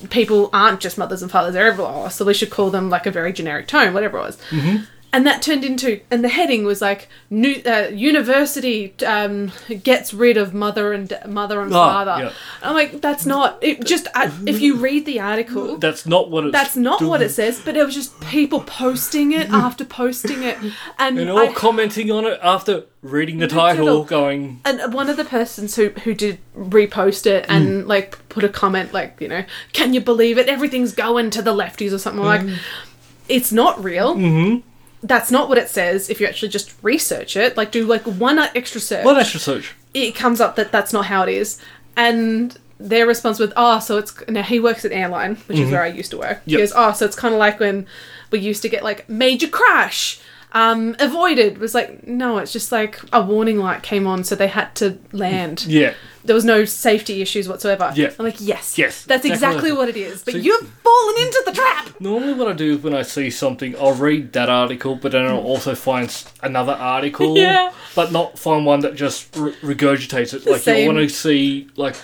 people aren't just mothers and fathers; they're everyone. So we should call them like a very generic tone, whatever it was. Mm-hmm. And that turned into, and the heading was like, "New uh, University um, gets rid of mother and mother and Ah, father." yeah. I'm like, that's not. It just I, if you read the article, That's not what it's. that's not what doing. it says, but it was just people posting it after posting it, and And all I- commenting on it after reading the title. title, going, and one of the persons who who did repost it and Mm. like put a comment like you know, can you believe it? Everything's going to the lefties or something Mm. I'm like. It's not real. Mm-hmm. That's not what it says. If you actually just research it, like do like one extra search, "Well, that's research." it comes up that that's not how it is, and their response was, "Oh, so it's now he works at airline, which is where I used to work." Mm-hmm. He Yep. goes, "Oh, so it's kind of like when we used to get like major crash." Um, avoided It was like no, it's just like a warning light came on, so they had to land. Yeah. There was no safety issues whatsoever. Yeah. I'm like, yes, Yes, that's exactly. exactly what it is. But So- you've fallen into the trap. Normally, what I do is when I see something, I'll read that article, but then I'll also find s- another article, Yeah. but not find one that just re- regurgitates it. Like you same. want to see like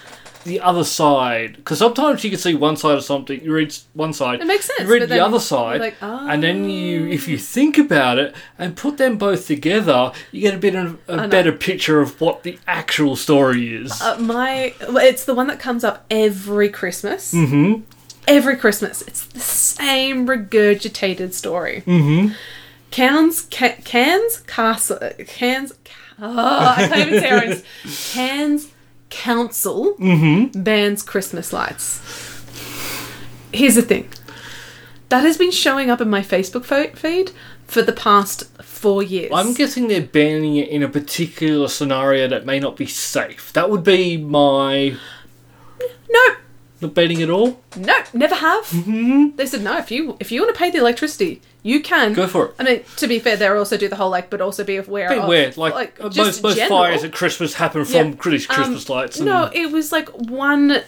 the other side, because sometimes you can see one side of something. You read s- one side, It makes sense, You read but the then other you're side, like, "Oh." and then you, if you think about it and put them both together, you get a bit of a know. better picture of what the actual story is. Uh, my, well, it's the one that comes up every Christmas. Mm-hmm. Every Christmas, it's the same regurgitated story. Mm-hmm. Cairns, Ca- Cairns Castle, Cairns. Ca- Oh, I can't even say orange. Cairns council bans Christmas lights. Here's the thing that has been showing up in my Facebook fo- feed for the past four years. I'm guessing they're banning it in a particular scenario that may not be safe. That would be my nope, not banning at all. nope, never have. They said no. If you if you want to pay the electricity, you can Mm-hmm. Go for it. I mean, to be fair, they also do the whole like, but also be aware. Bit of, weird. Like, uh, most, most general. fires at Christmas happen from Yeah. British Um, Christmas lights. And No, it was like one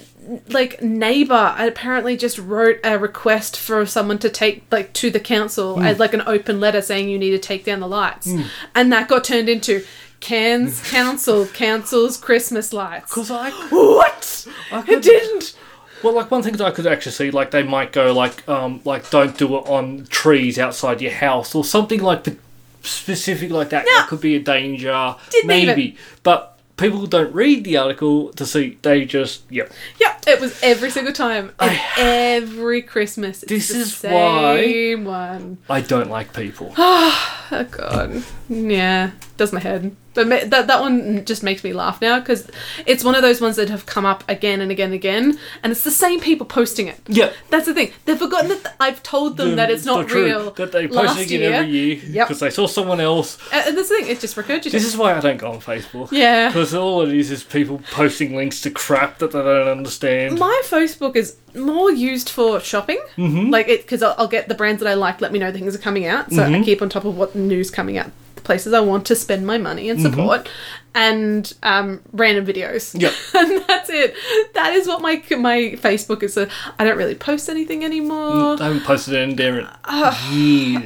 like neighbor apparently just wrote a request for someone to take like to the council Mm. as like an open letter saying you need to take down the lights, and that got turned into Cairns Council cancels Christmas lights. Because I, What? I could- It didn't. well, like one thing that I could actually see, like they might go like, um, like don't do it on trees outside your house or something like p- specific like that. No. That could be a danger, Didn't maybe. even. But people don't read the article to see. They just, yep. Yeah, it was every single time, and every Christmas. It's This the is why- same one. I don't like people. Oh god, yeah, does my head. But ma- that that one just makes me laugh now because it's one of those ones that have come up again and again and again, and it's the same people posting it. yeah. That's the thing; they've forgotten that th- I've told them that it's not true, real. That they last posted it every year because Yep. they saw someone else. A- and that's the thing; it's just regurgitated. This is why I don't go on Facebook. Yeah. Because all it is is people posting links to crap that they don't understand. my Facebook is more used for shopping, Mm-hmm. like it because I'll, I'll get the brands that I like. Let me know things are coming out, so Mm-hmm. I keep on top of what news coming out, the places I want to spend my money Mm-hmm. and support, and um, random videos. Yep. and that's it. That is what my my Facebook is. I I don't really post anything anymore. I haven't posted it in there in years. Uh,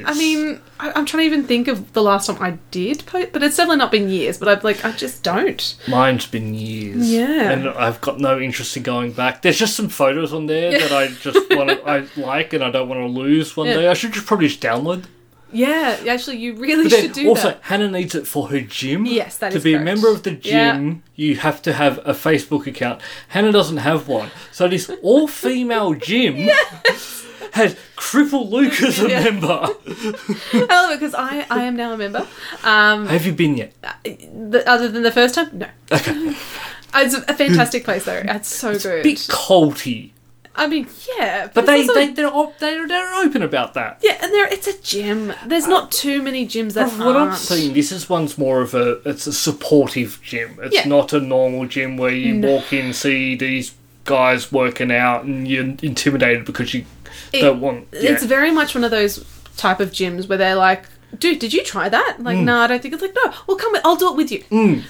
I mean, I, I'm trying to even think of the last time I did post, but it's definitely not been years. But I've like I just don't. mine's been years. Yeah. and I've got no interest in going back. There's just some photos on there that I just want to, I like, and I don't want to lose one Yeah. day. I should just probably just download. Yeah, actually, you really But should then do also, that. Hannah needs it for her gym. Yes, that to is be a correct. member of the Yeah. gym, you have to have a Facebook account. Hannah doesn't have one, so this all-female gym has cripple Luke as a Yeah. member. I love it because I, I am now a member. Um, Have you been yet? the, other than the first time, no. Okay. it's a fantastic place though. It's so good. Bit colty, I mean, yeah, but it's they also- they they're, op- they're they're open about that. yeah, and there it's a gym. There's not too many gyms that From what aren't. I've seen, this is one's more of a it's a supportive gym. It's Yeah. not a normal gym where you No. walk in, see these guys working out, and you're intimidated because you It- don't want. Yeah. It's very much one of those type of gyms where they're like, "Dude, did you try that?" Like, Mm. no, I don't think it's like, "No, well, come, with, I'll do it with you."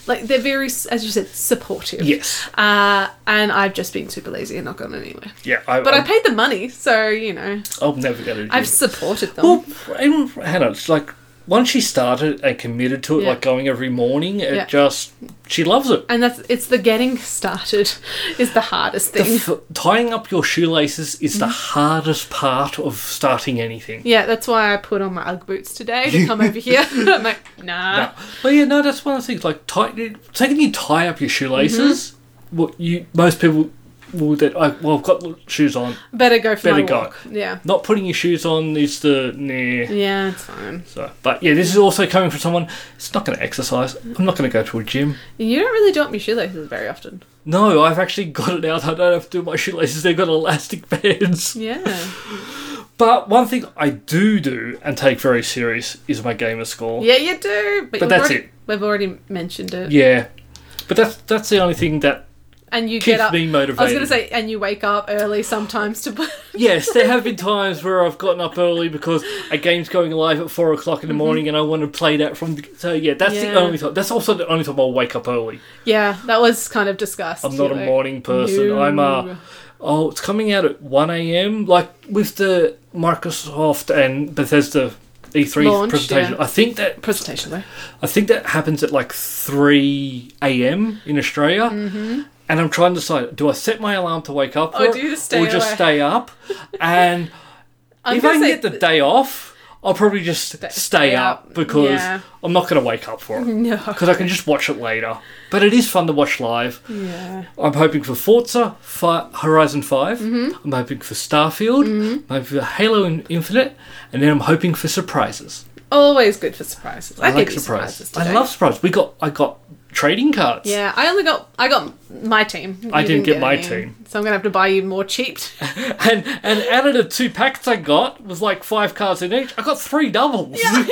Like they're very, as you said, supportive. yes. Uh, and I've just been super lazy and not gone anywhere. Yeah, I, But I, I paid the money, so you know I'll never go to the I've gym. supported them. Well, even Hannah, it's like once she started and committed to it, Yeah. like going every morning, it Yeah. just she loves it. and that's it's the getting started is the hardest thing. F- tying up your shoelaces is the hardest part of starting anything. Mm-hmm. yeah, that's why I put on my UGG boots today to come over here. I'm like, nah. No. But yeah, no, that's one of the things. Like tie, taking you tie up your shoelaces. Mm-hmm. What you most people will that I well, I've got shoes on. Better go for Better my go. walk. Yeah. Not putting your shoes on is the nah. Yeah, it's fine. So, but yeah, this is also coming from someone. It's not going to exercise. I'm not going to go to a gym. You don't really do up your shoelaces very often. No, I've actually got it out. I don't have to do my shoelaces. They've got elastic bands. Yeah. But one thing I do do and take very serious is my gamer score. Yeah, you do. But But, we've that's already, it. We've already mentioned it. Yeah. But that's that's the only thing that And you keeps get up. me motivated. I was going to say, and you wake up early sometimes to. Yes, there have been times where I've gotten up early because a game's going live at four o'clock in the morning, and I want to play that from. The, so yeah, that's Mm-hmm. Yeah. the only time. That's also the only time I'll wake up early. yeah, that was kind of discussed. I'm not You're a like, morning person. I'm no. a. Oh, it's coming out at one a.m. Like with the Microsoft and Bethesda E3 Launch, presentation. yeah. I think that presentation though. I think that happens at like 3 a.m. in Australia. And I'm trying to decide do I set my alarm to wake up Mm-hmm. Or for do you it, stay or just awake? stay up? And I'm if I can gonna say- get the day off, I'll probably just stay, stay up, up, because yeah. Mm-hmm. I'm not going to wake up for it. No. Because I can just watch it later. But it is fun to watch live. Yeah. I'm hoping for Forza Fi Horizon 5. Mm-hmm. I'm hoping for Starfield. I'm hoping for Halo In- Infinite. And then I'm hoping for surprises. Always good for surprises. I, I like give you surprises surprise. today. I love surprise. We got I got trading cards. Yeah, I only got I got my team. I You didn't get my any. team. so I'm gonna have to buy you more cheap. And and out of the two packs I got was like five cards in each. I got three doubles. I know.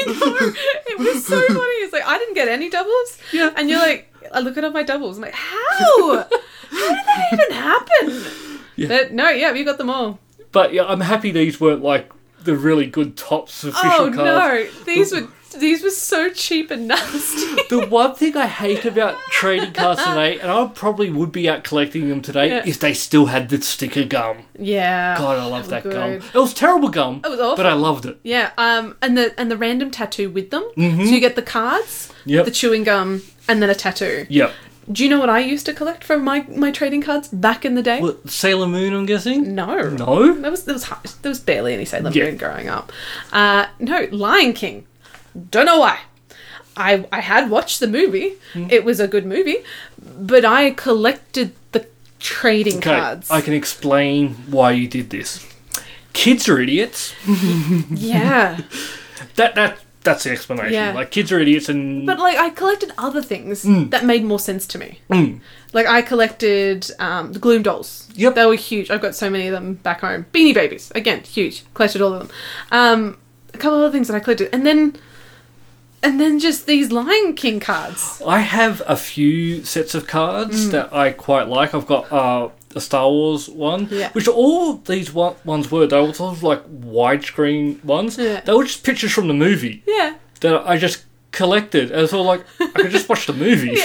It was so funny. It's like I didn't get any doubles. Yeah. and you're like, I look at all my doubles. I'm like, how? how did that even happen? But no, yeah, you got them all. But yeah, I'm happy these weren't like the really good tops official Oh cards. no, these were these were so cheap and nasty. The one thing I hate about trading cards today, and I probably would be out collecting them today, Yeah. is they still had the sticker gum. yeah. God, I love that Good. gum. It was terrible gum, It was awful. but I loved it. Yeah, um, and the and the random tattoo with them. So you get the cards, Mm-hmm. Yep. the chewing gum, and then a tattoo. Yep. Do you know what I used to collect from my, my trading cards back in the day? Well, Sailor Moon, I'm guessing. No, No. There was there was hi- there was barely any Sailor Yeah. Moon growing up. Uh, no, Lion King. Don't know why. I I had watched the movie. Hmm. It was a good movie, but I collected the trading Okay, cards. I can explain why you did this. Kids are idiots. Yeah, That that that's the explanation. Yeah. Like kids are idiots, and but like I collected other things that made more sense to me. Like I collected um, the Gloom dolls. Yep. they were huge. I've got so many of them back home. Beanie Babies, again, huge. Collected all of them. Um, a couple other things that I collected, and then, and then just these Lion King cards. I have a few sets of Mm. cards that I quite like. I've got uh, a Star Wars one, Yeah. which all these one- ones were. They were sort of like widescreen ones. Yeah. They were just pictures from the movie Yeah, that I just collected. And it's all like I could just watch the movie.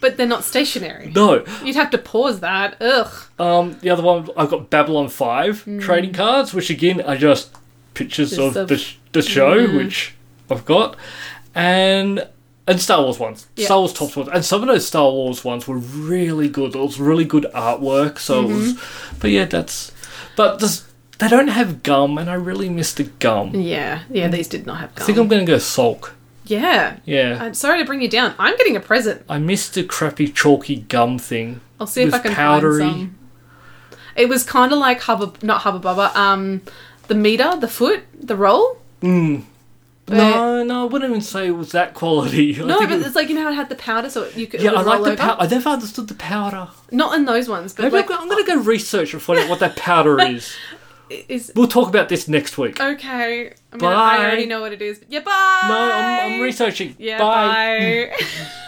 but they're not stationary. No, You'd have to pause that. Ugh. Um, the other one I've got Babylon Five trading cards, which again are just pictures Hmm. Just of Mm-hmm. of- the, sh- the show, which I've got, and and Star Wars ones, Yeah. Star Wars tops ones, and some of those Star Wars ones were really good. It was really good artwork, so it was. Mm-hmm. But yeah, that's. But this, they don't have gum, and I really miss the gum. Yeah, yeah. These did not have I gum. think I'm gonna go sulk. yeah. Yeah, I'm sorry to bring you down. I'm getting a present. I, miss the crappy chalky gum thing. I'll see if With I can powdery- find some. It was kind of like hubba, not hubba bubba. Um, the meter, the foot, the roll. But- Hmm. no, no, I wouldn't even say it was that quality. I No, think but it- it's like you know how it had the powder, so it- you could. it Yeah, would I like roll the over? powder. I never understood the powder. Not in those ones, but oh. Maybe like I'm, I'm going to go research and find out what that powder is. is We'll talk about this next week. No, okay. I'm gonna, I Bye. already know what it is. Yeah, bye. I'm, I'm researching. Yeah, bye. bye.